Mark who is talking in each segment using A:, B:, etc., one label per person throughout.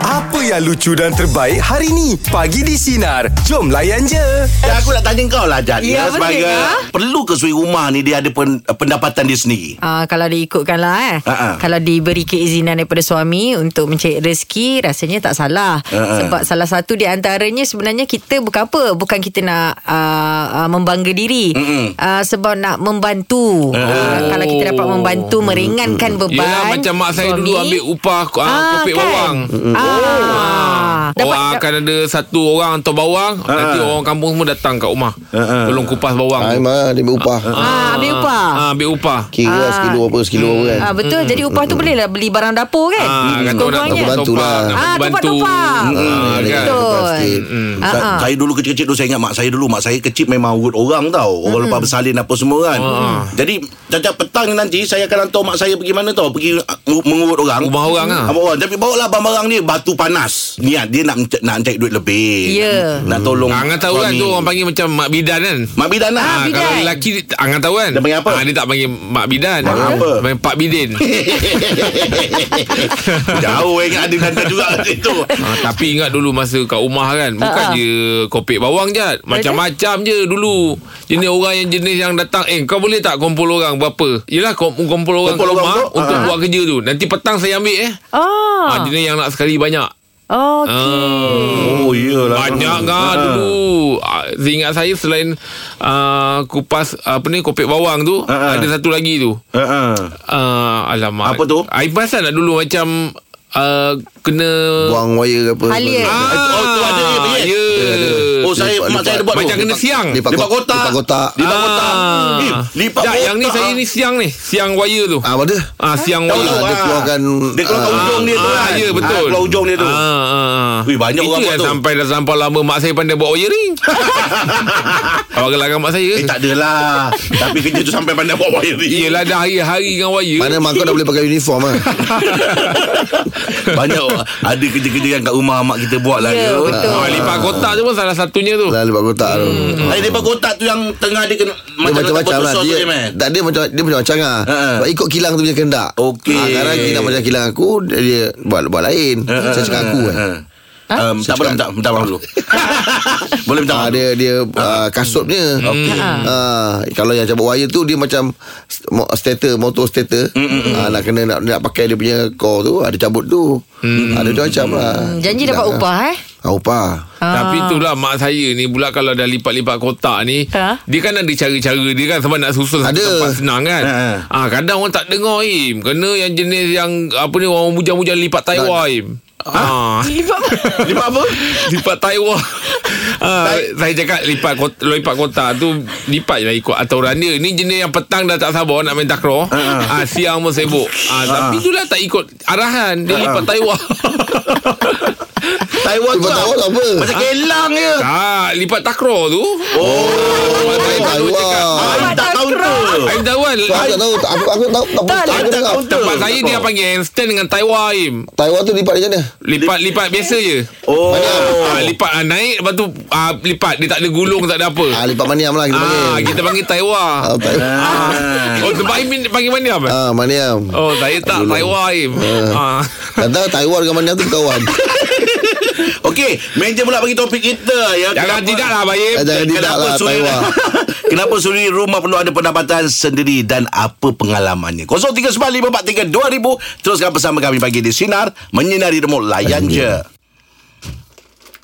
A: Apa yang lucu dan terbaik hari ni? Pagi di Sinar. Jom layan je.
B: Dan aku nak tanya kau lah Jad
C: Ya, penting,
B: sebagai
C: ah.
B: Perlu ke suri rumah ni Dia ada pen, eh, pendapatan dia sendiri
C: Uh, kalau diikutkan lah eh
B: Ha-ha.
C: Kalau diberi keizinan daripada suami Untuk mencari rezeki Rasanya tak salah
B: Ha-ha.
C: Sebab salah satu di antaranya Sebenarnya kita bukan apa Bukan kita nak uh, uh, Membangga diri
B: Mm-mm.
C: uh, Sebab nak membantu uh, Kalau kita dapat membantu Meringankan beban
D: Yelah macam mak saya dulu
C: suami.
D: ambil upah ah, kopek
C: kan?
D: bawang.
C: Ah. Dapat,
D: Orang akan ada satu orang hantar bawang
B: Ah,
D: Nanti orang kampung semua datang kat rumah Tolong kupas bawang
E: Hai
D: tu.
E: mah dia berupah.
C: ah, ambil upah
D: ah, Ambil upah
E: Kira lah sekilo apa sekilo
B: Hmm.
E: apa kan.
C: Ah betul. Jadi upah tu boleh lah beli barang dapur kan?
D: ah, Kata orang nak
C: Kurang-kurangnya.
D: tumpang
E: Bantu lah.
D: nak
C: Ah,
D: bantu.
C: tumpang-tumpang.
D: Ah,
E: Ah, dia
D: kan?
C: betul.
E: berupah sikit.
D: Hmm.
B: Sa-
D: Ah,
B: Saya dulu kecil-kecil dulu Saya ingat mak saya dulu Mak saya kecil memang urut orang tau Orang
D: Hmm.
B: lepas bersalin apa semua kan
D: Ah,
B: Jadi Cacat petang ni nanti Saya akan hantar mak saya pergi mana tau Pergi ah, mu- mengurut orang
D: Rumah orang lah.
B: Rumah orang Tapi bawa lah barang-barang dia Batu panas Niat dia nak menc- nak cari duit lebih
C: Ya.
B: Nak tolong
D: Angan tahu kan
B: suami.
D: tu orang panggil macam mak bidan kan
B: Mak bidan lah
D: Ah,
C: bidan.
D: kalau lelaki Angan tahu kan
B: Dia panggil apa?
D: Ah, Dia tak panggil mak bidan
B: Mak
D: Dia
B: apa?
D: Panggil Pak Bidin
B: Jauh ingat ada dan juga kat situ
D: Ah, tapi ingat dulu masa kat rumah kan Bukan
C: Ah, ah.
D: je kopek bawang je Macam-macam je dulu Jenis orang yang jenis yang datang Eh kau boleh tak kumpul orang berapa Yelah kom- kumpul orang
B: Kumpul
D: kat
B: orang
D: rumah
B: untuk-
D: Untuk
B: ah.
D: buat kerja tu Nanti petang saya ambil eh
C: Ah.
D: ah. Jenis yang nak sekali banyak
C: Okey.
B: Oh iyalah
D: Banyak
B: Ah.
D: kan dulu Ah, Seingat saya selain ah, Kupas apa ni kopek bawang tu
B: Ah, ah.
D: Ada satu lagi tu
B: Ha, ha.
D: ah, Alamak
B: Apa tu?
D: I perasan tak dulu macam ah, Kena
E: Buang wire ke apa.
C: Halia.
D: Ah,
B: Oh, tu ada dia punya.
D: Ya
B: Oh saya
E: Lipat-
B: mak saya ada buat
D: Macam
B: tu.
D: kena
B: Lipat-
D: siang
B: Lipat
E: Lipat, lipat
B: kotak.
E: kotak. Lipat kotak.
B: Lipat kotak. Eh, Lipat
D: Sekejap,
B: kotak.
D: yang ni saya ni siang ni Siang wire tu
E: Ah, ada.
D: Ah, siang
B: Tahu
D: wire
B: tak?
E: Ah, dia
B: Ah.
E: keluarkan
B: Dia keluarkan
E: ah,
B: hujung dia tu
D: Ah,
B: kan.
D: Ya betul
B: Ah, Keluar hujung dia tu.
D: ah, ah, ah.
B: Ui, banyak
D: Itu
B: orang buat
D: yang
B: tu.
D: Sampai dah sampai lama Mak saya pandai buat wiring Awak gelakkan mak saya
B: Eh tak adalah. Tapi kerja tu sampai pandai buat wiring.
D: Yelah dah hari-hari dengan wire
E: Mana mak kau dah boleh pakai uniform ah.
B: Banyak ada kerja-kerja yang kat rumah mak kita buat lah. dia.
C: Ya, betul.
D: Ah, lipat kotak tu pun salah satunya tu
E: Lah lipat kotak tu.
B: Ada lipat kotak tu yang tengah dia kena
E: Dia macam-macam lah
B: letak botol
E: dia,
B: sos tu man.
E: Tak dia macam Dia macam-macam lah
B: Ha, ha.
E: Sebab ikut kilang tu punya kendak
B: Okey.
E: ha, Sekarang kilang macam kilang aku Dia, dia buat, buat lain
B: Ha, ha,
E: Saya cakap
B: ha,
E: aku
B: ha,
E: kan
B: ha. Um, tak boleh minta, minta maaf dulu Boleh minta
E: Ah,
B: maaf
E: dia dia ah, kasutnya. Okey. Ah, kalau yang cabut wire tu dia macam st- mo- stator motor stator. Ah, nak kena nak, nak pakai dia punya core tu ada cabut tu. Ada macam macam lah.
C: Hmm. Janji dapat
E: Hilang
C: upah eh.
E: lah. Ah, upah.
D: Tapi itulah mak saya ni pula kalau dah lipat-lipat kotak ni
C: Ha?
D: Dia kan ada cara-cara dia kan sebab nak susun satu
E: Ada.
D: tempat senang kan
B: Ha,
D: ha. Kadang orang tak dengar Im Kena yang jenis yang apa ni orang bujang-bujang lipat Taiwan Im Ha.
C: Lipat
B: Lipat apa?
D: Lipat Taiwan ha, Saya cakap lipat kotak, lipat kotak tu Lipat je lah ikut aturan dia Ni jenis yang petang dah tak sabar nak main takraw ha, Siang pun sibuk ha, Tapi tu lah tak ikut arahan Dia lipat Taiwan
B: Taiwan
E: Upah tahu tak apa.
B: Macam kelang je
D: Tak, Ah, lipat takraw tu Oh,
E: Taiwan.
B: Ah, Tak tahu tu
D: Aim Taiwan
E: Aku tak tahu tak- aku aku tak tahu tak apa
C: Tak,
E: tak
B: tak
E: dengar.
B: tahu.
D: Tempat saya dia panggil handstand dengan Taiwan Im.
E: Taiwan tu lipat dia macam mana?
D: Lipat-lipat biasa je
B: Oh
D: Ah, lipat ah, naik Lepas tu ah, Lipat Dia tak ada gulung Tak ada apa
E: Ah, lipat maniam lah kita panggil.
D: Ah, Kita panggil Taiwan
E: Ah, Taiwan.
D: Oh tempat Im panggil mana apa?
E: Ah, maniam.
D: Oh saya tak Taiwan Im ah.
E: Kadang Taiwan dengan maniam tu berkawan.
B: Okey, meja pula bagi topik kita ya.
D: Jangan
B: Kenapa-
D: tidak lah Baim
E: Ah, Jangan tidak
B: Kenapa
E: lah
B: suri-
E: Taiwan.
B: Kenapa suri rumah perlu ada pendapatan sendiri dan apa pengalamannya? 0395432000 teruskan bersama kami pagi di sinar menyinari remuk layan je.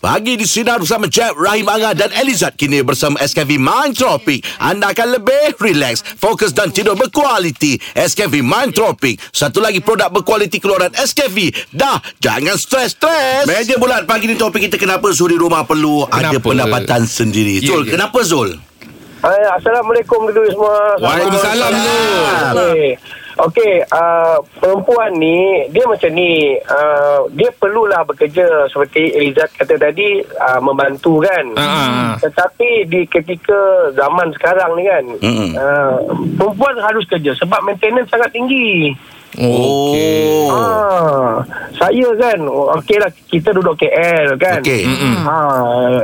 B: Pagi di Sinar bersama Jeb, Rahim Angah dan Elizad Kini bersama SKV Mind Tropic Anda akan lebih relax, fokus dan tidur berkualiti SKV Mind Tropic Satu lagi produk berkualiti keluaran SKV Dah, jangan stres-stres Meja bulat pagi ni topik kita Kenapa suri rumah perlu kenapa? ada
D: Kenapa?
B: pendapatan sendiri
D: Ya,
B: Zul,
D: ya.
B: kenapa Zul?
F: Hai, Eh, Assalamualaikum dulu semua.
D: Waalaikumsalam tu
F: Okey, okay, uh, perempuan ni dia macam ni, uh, dia perlulah bekerja seperti Elizad kata tadi uh, membantu kan.
D: Ah.
F: Tetapi di ketika zaman sekarang ni kan,
B: Mm-mm.
F: uh, perempuan harus kerja sebab maintenance sangat tinggi.
D: Okey.
E: Oh.
F: Ah, saya kan okeylah kita duduk KL kan.
E: Okey.
D: Mm, Hmm.
F: Ha,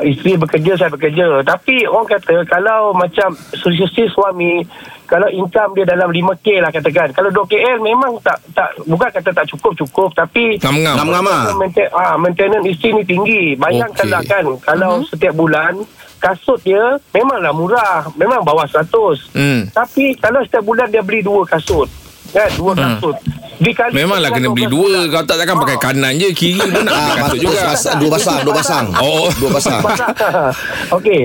F: isteri bekerja saya bekerja. Tapi orang kata kalau macam susi suami kalau income dia dalam 5k lah katakan. Kalau duduk KL memang tak tak bukan kata tak cukup-cukup tapi
D: Ngam-ngam.
B: Ngam-ngam ah.
F: Mainten- ah, maintenance isteri ni tinggi. Bayangkanlah
D: Okey.
F: kan kalau setiap bulan kasut dia memanglah murah. Memang bawah 100.
D: Hmm.
F: Tapi kalau setiap bulan dia beli dua kasut. Kan dua kasut. Dikali
D: Hmm. Memanglah lah kena beli
F: 12
D: dua
F: bulan.
D: Kalau tak takkan
F: Ah.
D: pakai kanan je Kiri pun nak pakai
E: Ah,
D: kasut
E: patut
D: juga
E: pasang, dua pasang, dua pasang.
D: Oh.
E: Dua pasang.
F: Okey.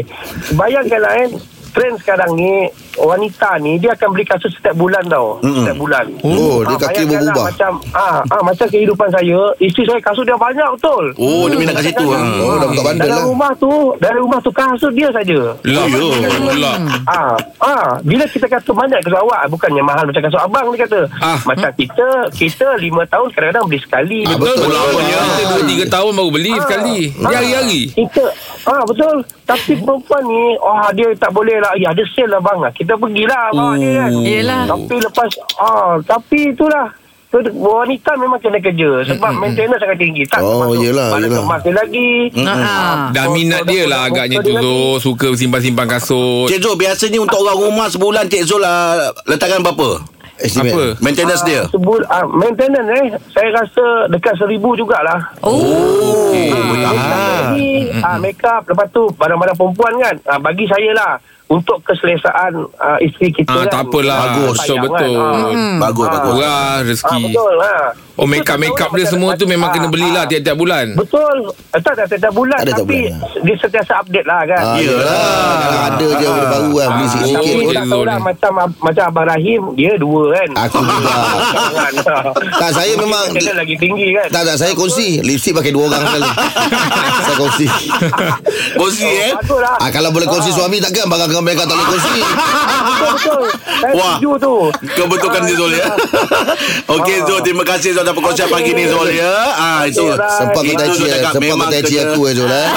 F: Bayangkanlah kan trend sekarang ni wanita ni dia akan beli kasut setiap bulan tau. Mm-mm. Setiap bulan.
E: Oh, dia kaki
F: bayangkanlah
E: berubah.
F: Macam ah, ah macam kehidupan saya, isteri saya kasut dia banyak betul.
B: Oh, dia minat kat situ. Ha.
E: Oh, dah buka bandel
F: Dalam
E: lah.
F: rumah tu, dalam rumah tu kasut dia saja.
D: Lah
B: Oh,
D: Lah
F: Ah, ah, bila kita kata banyak kasut awak bukannya mahal macam kasut abang dia kata.
D: Ah.
F: Ah. Macam kita kita lima tahun kadang-kadang beli sekali.
E: Ah,
F: Lima
D: Betul
E: Betul
D: Betul
E: lah.
D: lah Kita dua tiga tahun baru beli sekali Hari-hari Hmm.
F: Kita ah betul. Tapi perempuan ni oh dia tak boleh lah. Ya ada sale lah bang. Kita pergilah bawa dia kan.
D: Oh.
C: Yelah.
F: Tapi lepas ah tapi itulah Tu- wanita memang kena kerja sebab
D: Hmm.
F: maintenance sangat tinggi tak
E: Oh, yelah,
F: balas
E: yelah.
F: kemas dia lagi
D: Hmm.
C: Ha.
D: Dah minat dia lah agaknya tu Zul Suka simpan-simpan kasut
B: Cik Zul, biasanya untuk orang rumah sebulan Cik Zul uh, letakkan berapa?
E: Estimate.
D: Apa?
B: Maintenance dia?
F: sebul ah, maintenance eh saya rasa dekat seribu jugalah
C: Oh.
B: Oh,
F: Ah.
D: Hmm,
F: ah, make up lepas tu barang-barang perempuan kan ah, bagi saya lah untuk keselesaan ah, isteri kita
D: Ah,
F: kan
D: tak apalah
E: Bagus.
D: So betul
C: Hmm.
B: Bagus,
F: Ah.
B: bagus.
D: Murah
F: Ah,
D: rezeki
F: betul ah.
D: Oh make up make up dia semua tu memang kena belilah tiap-tiap bulan.
F: Betul Eh, Tak tak tiap bulan
E: Tak ada tiap
F: Tapi
E: bulan,
F: Dia sentiasa update lah kan
E: Ah,
F: Ya.
E: yelah. Kalau ada je benda baru kan beli
F: Tapi
E: sikit-sikit.
D: Oh,
F: tak tahu lah
D: Zul ni.
F: Macam macam Abang Rahim Dia dua kan
E: Aku juga.
F: Kan?
E: Tak, saya memang-
F: Dia lagi tinggi kan
E: Tak tak saya kongsi Lipstick pakai dua orang sekali Saya kongsi
B: Kongsi eh?
F: Betul lah
E: ah, Kalau boleh kongsi suami takkan Barang mereka tak boleh kongsi
F: Betul-betul Saya
B: Wah.
F: setuju tu
B: Kebetulan dia Zul ya. Okey Zul, terima kasih Zul atas perkongsian
F: Okey.
B: pagi ni Zul ya. Ah itu.
F: Alright.
E: Sempat kau
B: Itu
E: tai
B: Zul
E: chi
B: cakap,
E: Sempat kau
B: memang
E: tai chi
B: kena- Ah.
E: aku eh Zul eh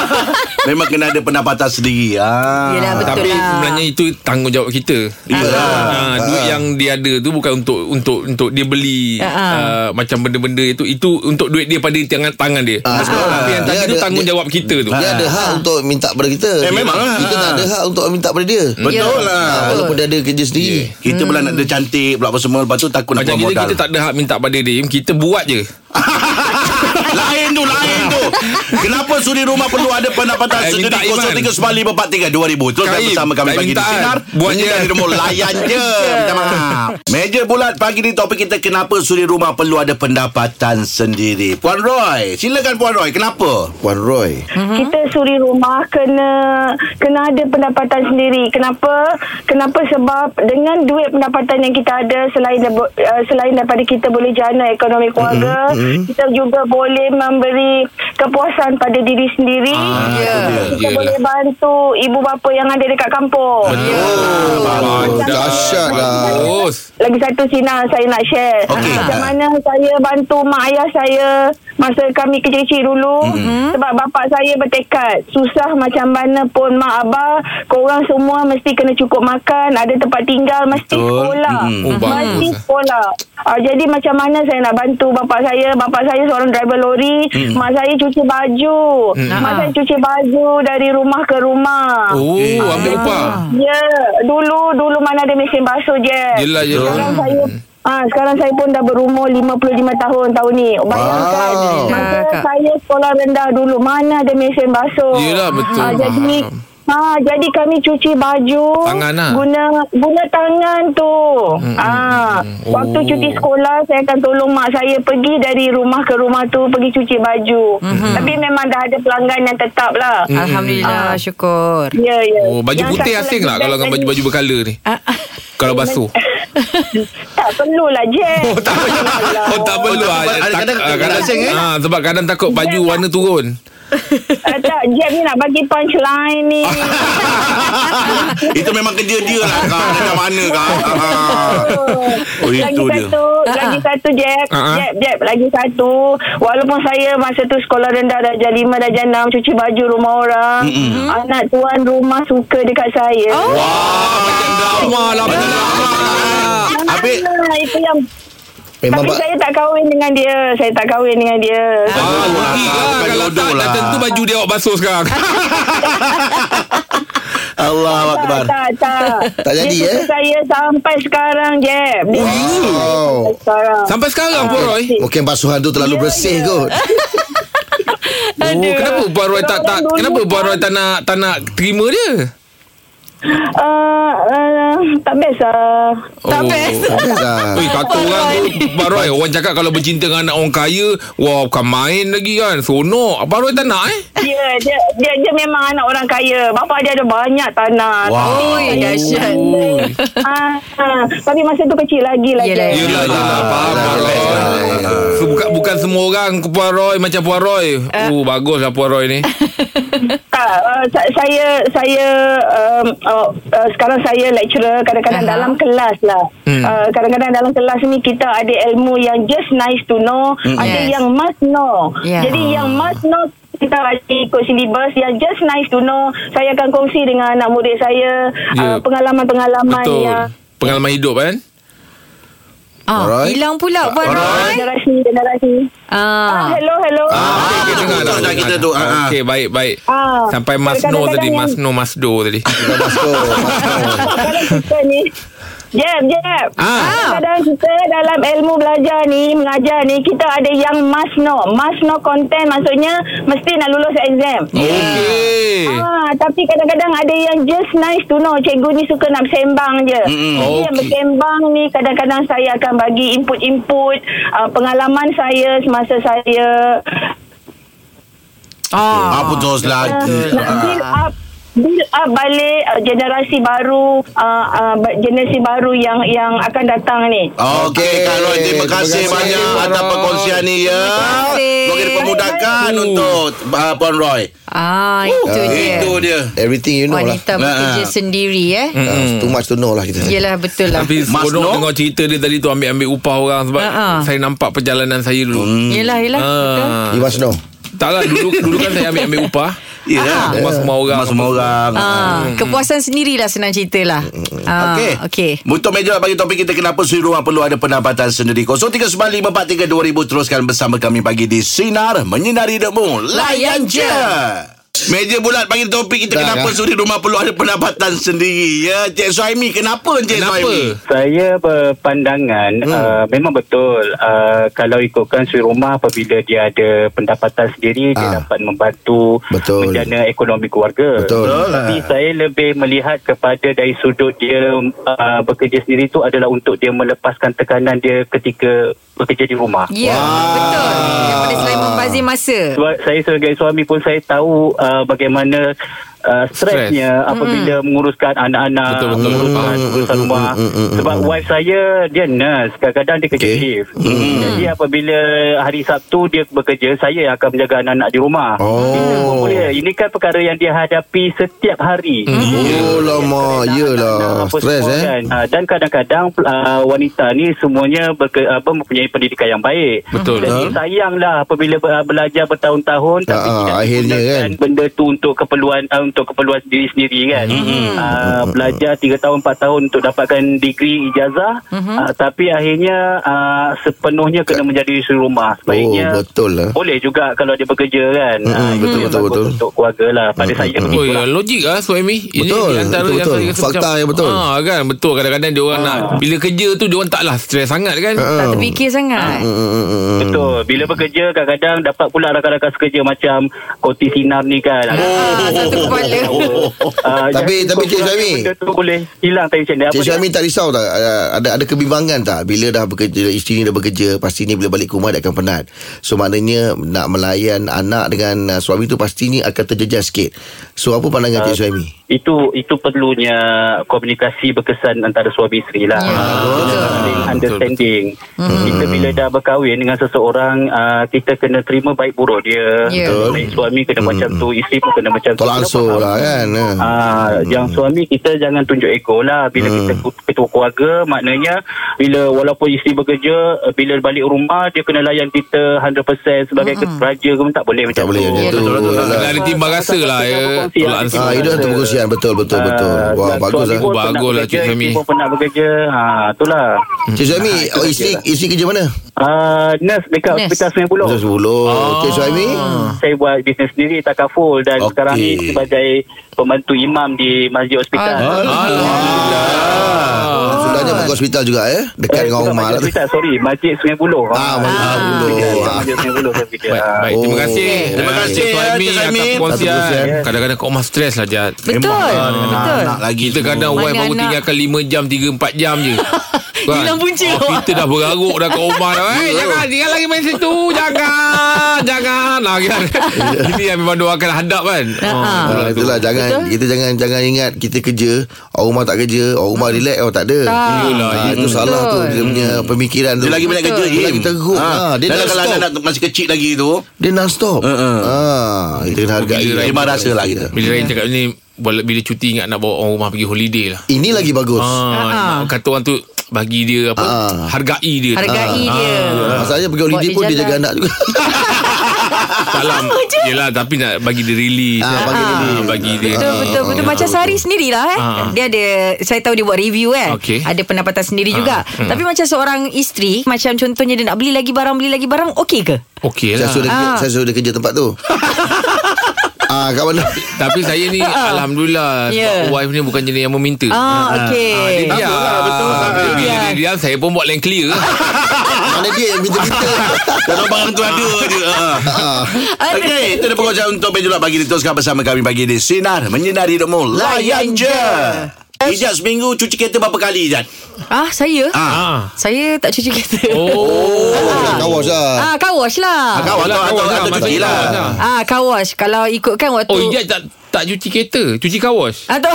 B: Memang kena ada pendapatan sendiri. Ah.
C: Yelah betul
D: Tapi
C: lah
D: sebenarnya itu tanggungjawab kita. Ha, duit yang dia ada tu bukan untuk untuk untuk dia beli
C: Ha, ha.
D: uh, macam benda-benda itu itu untuk duit dia pada tangan tangan dia. lah.
E: Ah, sebab
D: Tapi yang
E: dia
D: tadi tu
E: ada-
D: tanggungjawab kita tu.
E: Dia ada hak untuk minta pada kita
B: Ah. Eh, memang lah.
E: Kita tak ada hak untuk minta pada dia
B: Betul
C: Ya.
B: lah.
E: Ah, Walaupun dia ada kerja sendiri
B: Kita pula nak dia cantik pula apa semua lepas tu takut nak
D: Macam
B: keluar
D: kita
B: modal.
D: kita tak ada hak minta pada dia, kita buat je.
B: lain tu, lain tu. Kenapa suri rumah perlu ada pendapatan
D: Eh,
B: sendiri
D: minta Iman.
B: 0395432000. Terus
D: Kaim,
B: bersama kami
D: dah
B: pagi di
D: minta,
B: sinar.
D: kan? Buat je.
B: Minta di nombor layan je. Minta maaf. Meja bulat pagi ni topik kita kenapa suri rumah perlu ada pendapatan sendiri. Puan Roy, silakan Puan Roy. Kenapa?
E: Puan Roy
G: kita suri rumah kena kena ada pendapatan sendiri. Kenapa? Kenapa sebab dengan duit pendapatan yang kita ada selain daripada- uh, selain daripada kita boleh jana ekonomi keluarga, kita juga boleh memberi kepuasan pada diri sendiri.
D: ya.
G: Kita boleh bantu ibu bapa yang ada dekat kampung.
E: Oh,
D: Dah.
E: dahsyat lah.
D: Ah, Bagus.
G: Lagi satu Sina saya nak share.
B: Okey.
G: Macam mana saya bantu mak ayah saya masa kami kecil-kecil dulu mm-hmm. sebab bapak saya bertekad susah macam mana pun mak abah korang semua mesti kena cukup makan, ada tempat tinggal, mesti
B: Betul.
G: sekolah.
B: Mm-mm.
D: Oh,
G: mesti
D: bagus.
G: sekolah. Ah, jadi macam mana saya nak bantu bapak saya? Bapak saya seorang driver lori, mak saya cuci baju. Mak
C: Ah.
G: saya cuci baju dari rumah ke rumah.
D: Oh, ambil upah.
G: Ya, dulu dulu mana ada mesin basuh je.
D: Yelah, yelah.
G: Sekarang saya Ah, sekarang saya pun dah berumur 55 tahun tahun ni. Bayangkan.
E: Wow.
D: Ah,
G: Masa
C: Dah, Kak.
G: saya sekolah rendah dulu, mana ada mesin basuh.
D: Yelah, betul.
G: Ah, jadi
D: Faham.
G: Ha, jadi kami cuci baju
D: Tangan lah.
G: guna guna tangan tu. Hmm, ha,
D: hmm.
G: waktu
D: Oh.
G: cuti sekolah saya akan tolong mak saya pergi dari rumah ke rumah tu pergi cuci baju.
D: Hmm,
G: Tapi memang dah ada pelanggan yang tetap lah.
C: Alhamdulillah syukur
G: Ya, ya.
D: Oh, baju
G: Yang
D: putih
G: satu
D: asing
G: lagi
D: tak kalau dengan
G: best
D: baju-baju berkala ni?
C: Ah, ah.
D: Kalau basuh.
G: tak perlulah je.
D: Oh tak perlu
G: lah.
D: Oh tak perlu ah,
B: Ada
D: tak-
B: kadang-
D: ah,
B: kadang asing, eh?
D: ah, Sebab kadang takut baju warna turun
G: Uh, tak, Jeb ni nak bagi punchline ni.
B: Itu memang kerja dia lah kau. Dia kat mana kau? Ah, Oh,
G: lagi
B: itu dia.
G: satu, lagi satu Jeb,
D: Ah, ah.
G: Jeb, Jeb, lagi satu. Walaupun saya masa tu sekolah rendah darjah lima, darjah enam, cuci baju rumah orang. Anak tuan rumah suka dekat saya. Oh,
D: Oh. lah. Macam drama lah Macam drama
B: Habis
G: itu yang
E: Memang
G: Tapi
E: ba-
G: saya tak kahwin dengan dia. Saya tak kahwin dengan dia.
D: Ah, rugi
E: jodoh lah.
D: lah
E: Bukan
D: Kalau tak Dah
E: jodoh lah.
B: Ah,
D: tentu baju dia awak basuh sekarang
E: Allah Akbar
G: Tak, tak, tak.
E: Tak jadi,
G: dia
E: eh?
G: suka saya sampai sekarang, Jeb. Dia suka saya
E: Wow.
G: sampai sekarang.
D: Sampai sekarang pun Roy
E: Mungkin basuhan tu terlalu
G: Ya,
E: bersih
G: ya.
E: kot
D: Oh, kenapa Puan Roy tak, tak
G: Dulu
D: Kenapa Puan Roy
G: kan,
D: tak nak Tak nak terima dia
G: Uh, uh, tak best lah.
C: Tak best.
E: Dah.
D: Oi, kata
C: Puan
D: orang
C: Roy.
D: tu Abang kan? Roy Orang cakap kalau bercinta dengan anak orang kaya Wah bukan main lagi kan Seronok Abang Roy tak nak eh
G: Dia, dia, dia, dia memang anak orang kaya. Bapa dia ada banyak tanah.
C: Ui, dahsyat.
G: Ah, ah. Tapi masa tu kecil lagi lah
C: Yelah,
G: Jeb.
D: Yelah yelah Faham
E: yelah,
D: Puan Roy
E: yelah,
B: ah,
D: So, bukan, bukan semua orang ke Puan Roy Macam Puan Roy
G: Eh.
D: uh. Bagus lah Puan Roy ni
G: Tak, uh, sa- saya saya um, uh, uh, sekarang saya lecturer kadang-kadang
C: Aha.
G: dalam kelas lah.
D: Hmm.
G: Uh, kadang-kadang dalam kelas ni kita ada ilmu yang just nice to know,
D: Hmm,
G: ada
C: Yes.
G: yang must know.
C: Yeah.
G: Jadi yang must know kita ada ikut silibus yang just nice to know. Saya akan kongsi dengan anak murid saya
D: Yeah.
G: uh, pengalaman-pengalaman
D: Ya. Betul
G: yang
D: Pengalaman hidup kan
C: Ah,
E: Alright.
C: hilang pula Puan Roy.
G: generasi generasi.
C: Ah.
G: Ah, hello hello.
D: Ah, okey, kita dengar
B: betul
D: lah,
B: dah kita
D: dengar.
B: tu, ah, ah.
D: Okey, baik, baik.
G: Ah,
D: Sampai Masno
G: kadang-kadang
D: tadi,
G: yang-
D: Masno Masdo tadi.
E: Dah basuh
G: Kalau kita ni Jeb, Jeb.
D: Ah.
G: Kadang-kadang kita dalam ilmu belajar ni, mengajar ni, kita ada yang must know. Must know content maksudnya mesti nak lulus exam.
D: Okey.
G: Ah, tapi kadang-kadang ada yang just nice to know. Cikgu ni suka nak sembang je. Mm, Dia
D: okey.
G: yang bersembang ni kadang-kadang saya akan bagi input-input uh, pengalaman saya semasa saya
C: Ah.
B: Apa terus lagi? Ah.
G: uh, nak build up build up balik uh, generasi baru uh, uh, generasi baru yang yang akan datang ni.
B: Okey, Kak Roy. Terima
E: Terima
B: kasih
E: kasih,
B: banyak
E: Puan
B: atas
E: Roy.
B: perkongsian ni, ya.
C: kasih.
B: Moga dipermudahkan
D: Baik, baik.
B: untuk uh, Puan Roy.
C: Ah, itu dia.
B: Itu dia.
E: Everything you know lah
C: Wanita bekerja
B: Ah.
C: sendiri eh.
E: Ah, Too much to know lah kita
C: Yelah betul lah.
D: Tapi
B: Masno?
D: seronok tengok cerita dia tadi tu ambil-ambil upah orang sebab
C: Ah, ah.
D: saya nampak perjalanan saya dulu.
E: Hmm.
C: Yelah, yelah. Betul.
D: Ah.
E: You must know
D: Taklah dulu dulu kan saya ambil-ambil upah.
B: Ya.
D: Rumah semua orang.
B: Rumah semua orang.
C: Ah, kepuasan sendirilah senang cerita lah. Ah,
B: Okey.
C: Okey.
B: Untuk meja bagi topik kita kenapa suruh rumah perlu ada pendapatan sendiri. 0395432000 teruskan bersama kami pagi di Sinar Menyinari Demu. Layan je. Meja bulat bagi topik kita
E: Dah,
B: kenapa
E: dah.
B: suri rumah perlu ada pendapatan sendiri. Ya, Cik Suhaimi kenapa Cik
D: Kenapa?
B: Suhaimi?
H: Saya berpandangan hmm. uh, memang betul uh, kalau ikutkan suri rumah apabila dia ada pendapatan sendiri dia
E: Ah.
H: dapat membantu
E: Betul.
H: menjana ekonomi keluarga.
E: Betul. Betul
H: Tapi saya lebih melihat kepada dari sudut dia uh, bekerja sendiri itu adalah untuk dia melepaskan tekanan dia ketika bekerja di rumah.
C: Ya, betul. Daripada selain membazir masa.
H: Sebab saya sebagai suami pun saya tahu uh, bagaimana uh, stresnya apabila menguruskan anak-anak,
D: Betul, betul.
H: menguruskan urusan rumah. Sebab wife saya dia nurse, kadang-kadang dia kerja
E: Okey.
H: shift. Jadi apabila hari Sabtu dia bekerja, saya yang akan menjaga anak-anak di rumah.
E: Oh.
H: Kita pun boleh. Ini kan perkara yang dia hadapi setiap hari.
E: Oh lama Yelah
H: Apa
E: Stress
H: semua
E: eh
H: kan. Ah, Dan kadang-kadang uh, wanita ni semuanya berke, apa, mempunyai pendidikan yang baik.
D: Betul.
H: Jadi sayanglah apabila uh, belajar bertahun-tahun tapi
E: Ah,
H: tidak
E: akhirnya
H: digunakan
E: kan.
H: benda tu untuk keperluan uh, untuk keperluan diri sendiri kan.
E: Hmm,
H: Mm-hmm. Uh, belajar 3 tahun 4 tahun untuk dapatkan degree ijazah mm-hmm. uh, tapi akhirnya uh, sepenuhnya kena menjadi suri rumah.
E: Oh,
H: Sebaiknya
E: betul lah.
H: Boleh juga kalau dia bekerja kan.
E: Mm-mm,
H: Ah, itu
E: betul,
H: yang
E: betul,
H: bagus
E: betul. Hmm,
H: Untuk keluarga lah pada saya
D: Oh,
H: begitu.
D: ya, logik lah suami. Ini
E: Betul,
D: di antara
E: betul,
D: yang
E: betul.
D: saya rasa
E: Fakta
D: macam-
E: yang betul. Ah.
D: Ah, kan, betul. Kadang-kadang dia orang nak bila kerja tu dia orang taklah stres sangat kan.
C: Tak terfikir sangat.
E: Hmm. Mm,
H: Betul. Bila bekerja kadang-kadang dapat pula rakan-rakan sekerja macam Koti Sinar ni kan.
E: Oh,
C: Ah, satu kepala.
H: Ah,
E: Tapi-
H: jadi
E: tapi Cik
H: kurang-kurang
E: Syami.
H: Benda tu boleh hilang tapi macam mana?
E: Cik
H: Apa dia?
E: Syami tak risau tak Ah, ada ada kebimbangan tak bila dah bekerja isteri ni dah bekerja pasti ni bila balik ke rumah dia akan penat. So maknanya nak melayan anak dengan ah, suami tu pasti ni akan terjejas sikit. So apa pandangan
H: Ah,
E: Cik Syami?
H: itu itu perlunya komunikasi berkesan antara suami isteri lah. Saling understanding.
E: Hmm.
H: Kita bila dah berkahwin dengan seseorang, uh, kita kena terima baik buruk dia.
C: Ya.
H: Baik suami kena macam tu, isteri pun kena macam tu.
E: Hmm, Tolak
H: Kenapa
E: ansur. betul lah kan. Ha.
H: Ah, hmm. yang suami kita jangan tunjuk ego lah bila hmm. kita ku- ketua keluarga maknanya bila walaupun isteri bekerja eh, bila balik rumah dia kena layan kita 100% sebagai hmm. raja ke pun tak boleh
E: Tak
H: macam
E: boleh
H: tu.
E: macam tu.
D: Kena ada timbang rasa lah ya. Tolak ansur.
E: Ah, itu satu perkongsian betul betul betul. Wah
H: dan
E: bagus
H: Ah,
E: ah.
H: suami pun
D: Oh,
H: penat
D: bagus lah,
H: bekerja,
D: Cik Fahmi.
H: isteri pun pernah bekerja ha, itulah
E: Cik
H: Ah,
E: Suhaimi, oh, isteri isteri kerja mana?
H: uh, nurse dekat
C: Nurse.
H: hospital Sungai Buloh
E: Betul sebelum. Cik Suhaimi?
D: Ah.
H: saya buat bisnes sendiri takaful dan
E: Okey.
H: okay. sekarang ni sebagai pembantu imam di masjid hospital
E: Ah. Sudahnya pergi hospital juga eh. Dekat
H: Eh,
E: dengan
H: bukan
E: rumah
H: Masjid
E: lah tu.
H: Hospital, sorry Masjid Sungai Buloh
E: Ah, Masjid Sungai Buloh.
H: Masjid- Masjid Sungai Buloh saya fikir
D: Baik,
H: Ah.
D: baik. Terima
E: Oh.
D: kasih.
B: Terima
D: Eh,
B: kasih,
D: Cik
B: ya,
D: Suhaimi
B: Cik Suhaimi.
D: atas
E: Atas
D: perkongsian.
E: perkongsian.
D: Kadang-kadang kau mah stres lah, Jad.
C: Betul
B: Memang,
C: Betul
B: Anak lagi
D: Kita
B: tu.
D: kadang wife
C: Mana
D: baru
C: anak?
D: tinggalkan 5 jam 3-4 jam je Kan?
C: Hilang punca
D: oh,
C: awak.
D: Kita dah bergaruk dah kat rumah dah Eh jangan Jangan lagi main situ Jangan Jangan lah kan Ini yang memang doakan hadap kan
C: Ha-ha.
D: betul
E: Ah,
D: lah tu.
E: itulah jangan kita jangan jangan ingat kita kerja, orang rumah tak kerja, orang rumah relax oh tak ada.
D: Yelah,
E: Ah, itu salah tu dia punya pemikiran tu.
B: Dia lagi banyak kerja
E: Dia
B: Im.
E: lagi teruk. Ah, dia
B: Dan
E: nak
B: kalau
E: stop.
B: anak masih kecil lagi tu
E: Dia non stop.
B: Uh-uh.
E: Ah, kita kena hargai.
D: Bila
B: Memang rasa lah kita
D: Bila Ryan cakap ni bila, bila cuti ingat nak bawa orang rumah pergi holiday lah
E: Ini lagi bagus.
D: ah, Kata orang tu Bagi dia apa
E: Ah.
D: Hargai dia
C: Hargai
D: Ah.
C: dia
E: Masalahnya pergi holiday
C: dia
E: pun dia
C: jalan.
E: jaga anak juga.
D: Tak lah Yelah tapi nak bagi dia release
E: Ah, bagi dia
D: Ah,
E: release.
D: Bagi dia Ha.
C: Betul betul betul macam Sari sendirilah eh.
D: Ah.
C: Dia ada saya tahu dia buat review kan.
D: Okey.
C: Ada pendapatan sendiri juga. Tapi macam seorang isteri macam contohnya dia nak beli lagi barang beli lagi barang okey ke?
D: Okey
E: Saya
D: lah
E: suruh dia,
C: Ah.
E: saya suruh dia kerja tempat tu. ah, kat mana?
D: Tapi saya ni Alhamdulillah
C: Ya.
D: yeah. Wife ni bukan jenis yang meminta
C: Ah okey.
D: Dia diam
B: betul.
D: Dia Bila
C: Diam.
D: lah, dia diam Saya pun buat lain clear
E: Mana dia yang minta-minta?
B: Kalau barang tu ada je Ah. Okey, itu dia pekerjaan untuk penjelak pagi diteruskan bersama kami pagi di Sinar Menyinari Hidupmu Layan je Ijat seminggu cuci kereta berapa kali Ijat?
C: Ah saya?
B: Ah.
C: Saya tak cuci kereta.
D: Oh
E: Ah, Kawas lah.
C: Ah car wash lah.
B: Kau
D: Kawas
B: atau
D: lah,
B: atau
D: kawas lah,
B: atau cuci
D: maksudnya
B: lah
D: kawas lah.
C: Ah car wash kalau ikutkan waktu
D: Oh Ijat tak tak cuci kereta Cuci kawas
C: Atau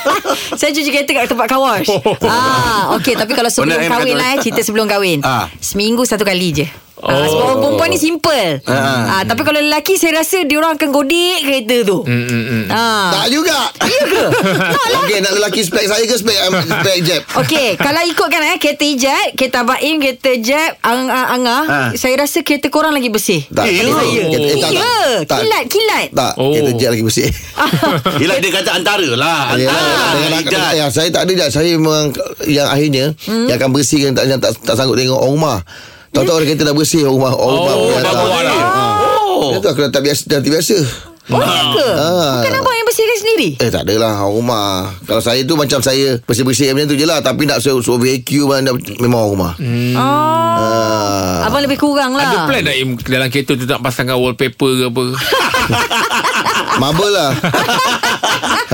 C: Saya cuci kereta kat tempat car wash ah, Okay tapi kalau sebelum
B: Benar, Em,
C: kahwin
B: kata-
C: lah eh, Cerita sebelum kahwin
B: Ah.
C: Seminggu satu kali je Oh. Ah, sebab orang perempuan ni simple ah. Tapi kalau lelaki Saya rasa diorang akan godek kereta tu mm,
D: Hmm.
C: mm, mm. Ah.
E: Tak juga. Ya ke?
C: lah.
E: Okey, nak lelaki spek saya ke spek um, spek jeb?
C: Okey, kalau ikutkan eh kereta Ijat, kereta Abaim, kereta Jeb, Ang Ang- Angah,
B: Ah.
C: saya rasa kereta korang lagi bersih.
E: Tak,
B: Eh,
E: tak,
B: ya.
E: tak, tak, tak,
C: Ya,
E: tak.
C: kilat, kilat.
E: Tak,
D: Oh.
E: kereta jet lagi bersih.
B: Yelah dia kata antara lah
C: Ah,
E: Ah,
B: Antara
E: Yelah,
B: lah
E: dengan-
B: Ijat
E: ya, saya tak ada jat. Saya memang yang akhirnya
C: Hmm.
E: yang akan bersihkan tak yang tak, tak sanggup tengok orang rumah. Tahu-tahu orang kereta dah bersih orang rumah orang rumah.
D: Oh dah
E: punya atas. Ah.
D: bawa dah
B: Oh
E: Itu aku dah tak biasa dah terbiasa.
C: Oh, ya ke?
E: Ah.
C: Bukan abang yang bersihkan sendiri?
E: Eh tak adalah orang rumah. Kalau saya tu macam saya bersih-bersih macam tu je lah tapi nak suruh, suruh vacuum lah, nak- memang orang rumah.
C: Oh,
E: Ah.
C: abang lebih kurang lah.
D: Ada plan tak Im Dalam kereta tu nak pasangkan wallpaper ke apa
E: Mabel lah.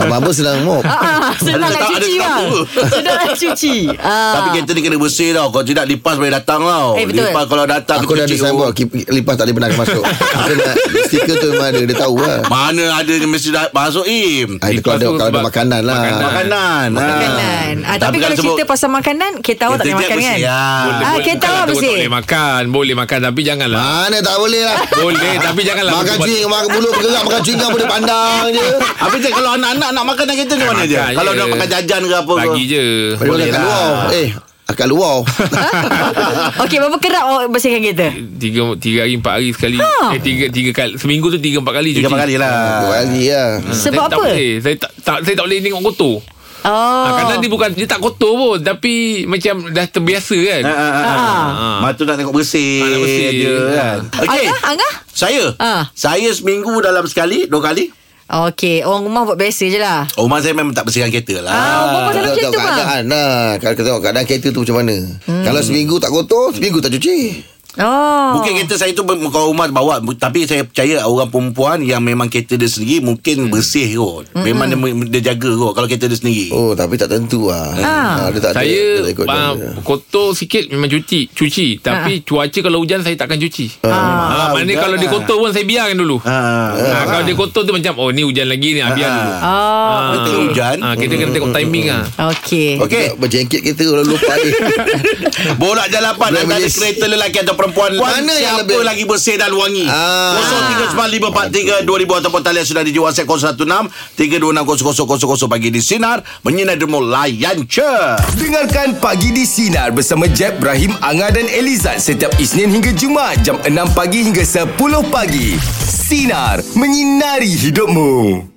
E: Mabel senang mop.
C: Ah, senang
B: Ada tak-
C: nak
B: ada
C: cuci
B: tak
C: bang.
B: apa?
C: Senang nak cuci. Ah.
B: Tapi kereta ni kena bersih tau Kalau tidak lipas boleh datang tau
C: Eh, betul.
B: Lipas kalau datang
E: Aku dah
B: cuci
E: ada sambal ki- Lipas tak boleh benar masuk Aku nak Stiker tu memang ada Dia tahu lah
B: Mana ada yang mesti dah masuk Im
E: Ah, itu
D: Lipas
E: kalau ada,
D: tu
E: kalau ada
D: sebab-
E: makanan lah
D: makanan.
B: Makanan
C: Makanan. Ah, tapi, kalau cerita pasal makanan, kita awak tak boleh makan kan?
B: kan
C: Ah, kereta awak
D: Boleh-
C: bersih.
D: Boleh makan Boleh makan Tapi janganlah
E: Mana tak boleh lah
D: Boleh lah Tapi janganlah
E: Makan
D: buat-
E: cuing Makan mulut bergerak Makan cuing Boleh pandang je
B: Habis je kalau anak-anak nak makan dalam kereta ni mana je?
D: Makan
B: Kalau
D: je.
B: nak makan jajan ke apa ke?
D: Bagi je
E: Boleh
D: lah.
E: kat luar Eh Kat luar
C: Okey, berapa kerap awak bersihkan kereta?
D: Tiga, tiga hari empat hari sekali
C: Ha.
D: Eh tiga, tiga kali Seminggu tu tiga empat kali
B: Tiga
D: cuci.
B: empat kali lah.
E: Dua kali lah
C: Sebab
D: saya tak
C: apa?
D: Boleh. Saya tak, tak saya tak boleh tengok kotor.
C: Oh.
D: Oh. Ha, kadang dia bukan dia tak kotor pun tapi macam dah terbiasa kan.
B: Ha, ha,
D: Ha.
B: ha, ha.
D: Ah.
B: Mak tu nak tengok bersih
D: Ah, nak bersih.
B: je kan. Okey.
C: Angah, Angah?
B: Saya?
C: Ah.
B: Saya seminggu dalam sekali, dua kali.
C: Okey, orang rumah buat biasa je lah.
B: Rumah saya memang tak bersihkan kereta lah.
C: Ah, orang rumah selalu
E: Tengok
C: macam
E: tengok
C: tu bang.
E: keadaan lah Kalau kita tengok keadaan kereta tu macam mana Kalau seminggu tak kotor Seminggu tak cuci
C: Oh.
B: Mungkin kereta saya tu mem- Kalau rumah bawa bu- Tapi saya percaya Orang perempuan Yang memang kereta dia sendiri Mungkin
C: Hmm.
B: bersih kot Memang dia, dia jaga kot Kalau kereta dia sendiri
E: Oh tapi tak tentu lah
C: Ah.
E: Ah, Dia tak ada-
D: Saya
E: dia tak ikut dia. ya.
D: uh, kotor sikit memang cuci, cuci. Tapi cuaca kalau hujan saya takkan cuci. Ha.
B: Ah,
D: maknanya
B: hujan
D: kalau dia
B: lah.
D: kotor pun saya biarkan dulu. Ha.
B: Ha.
D: kalau dia kotor tu macam oh ni hujan lagi ni ah, biar dulu.
C: Oh,
D: Ah.
B: Betul hujan.
D: Ah, kita kena tengok timing ah.
C: okey.
B: Okey.
E: Berjengkit kereta Orang lupa ni
B: Borak jalapan
E: Boleh
B: antara
E: boleh.
B: kereta lelaki atau perempuan
E: Mana yang
B: siapa
E: lebih-
B: lagi bersih dan wangi.
E: Ah.
B: Ah. 0395432000 ataupun talian sudah di WhatsApp 016 3260000 pagi di sinar menyinari demo layan je.
A: Dengarkan Pagi di Sinar bersama Jeb, Ibrahim, Anga dan Elizad setiap Isnin hingga Jumaat jam 6 pagi hingga 10 pagi. Sinar, menyinari hidupmu.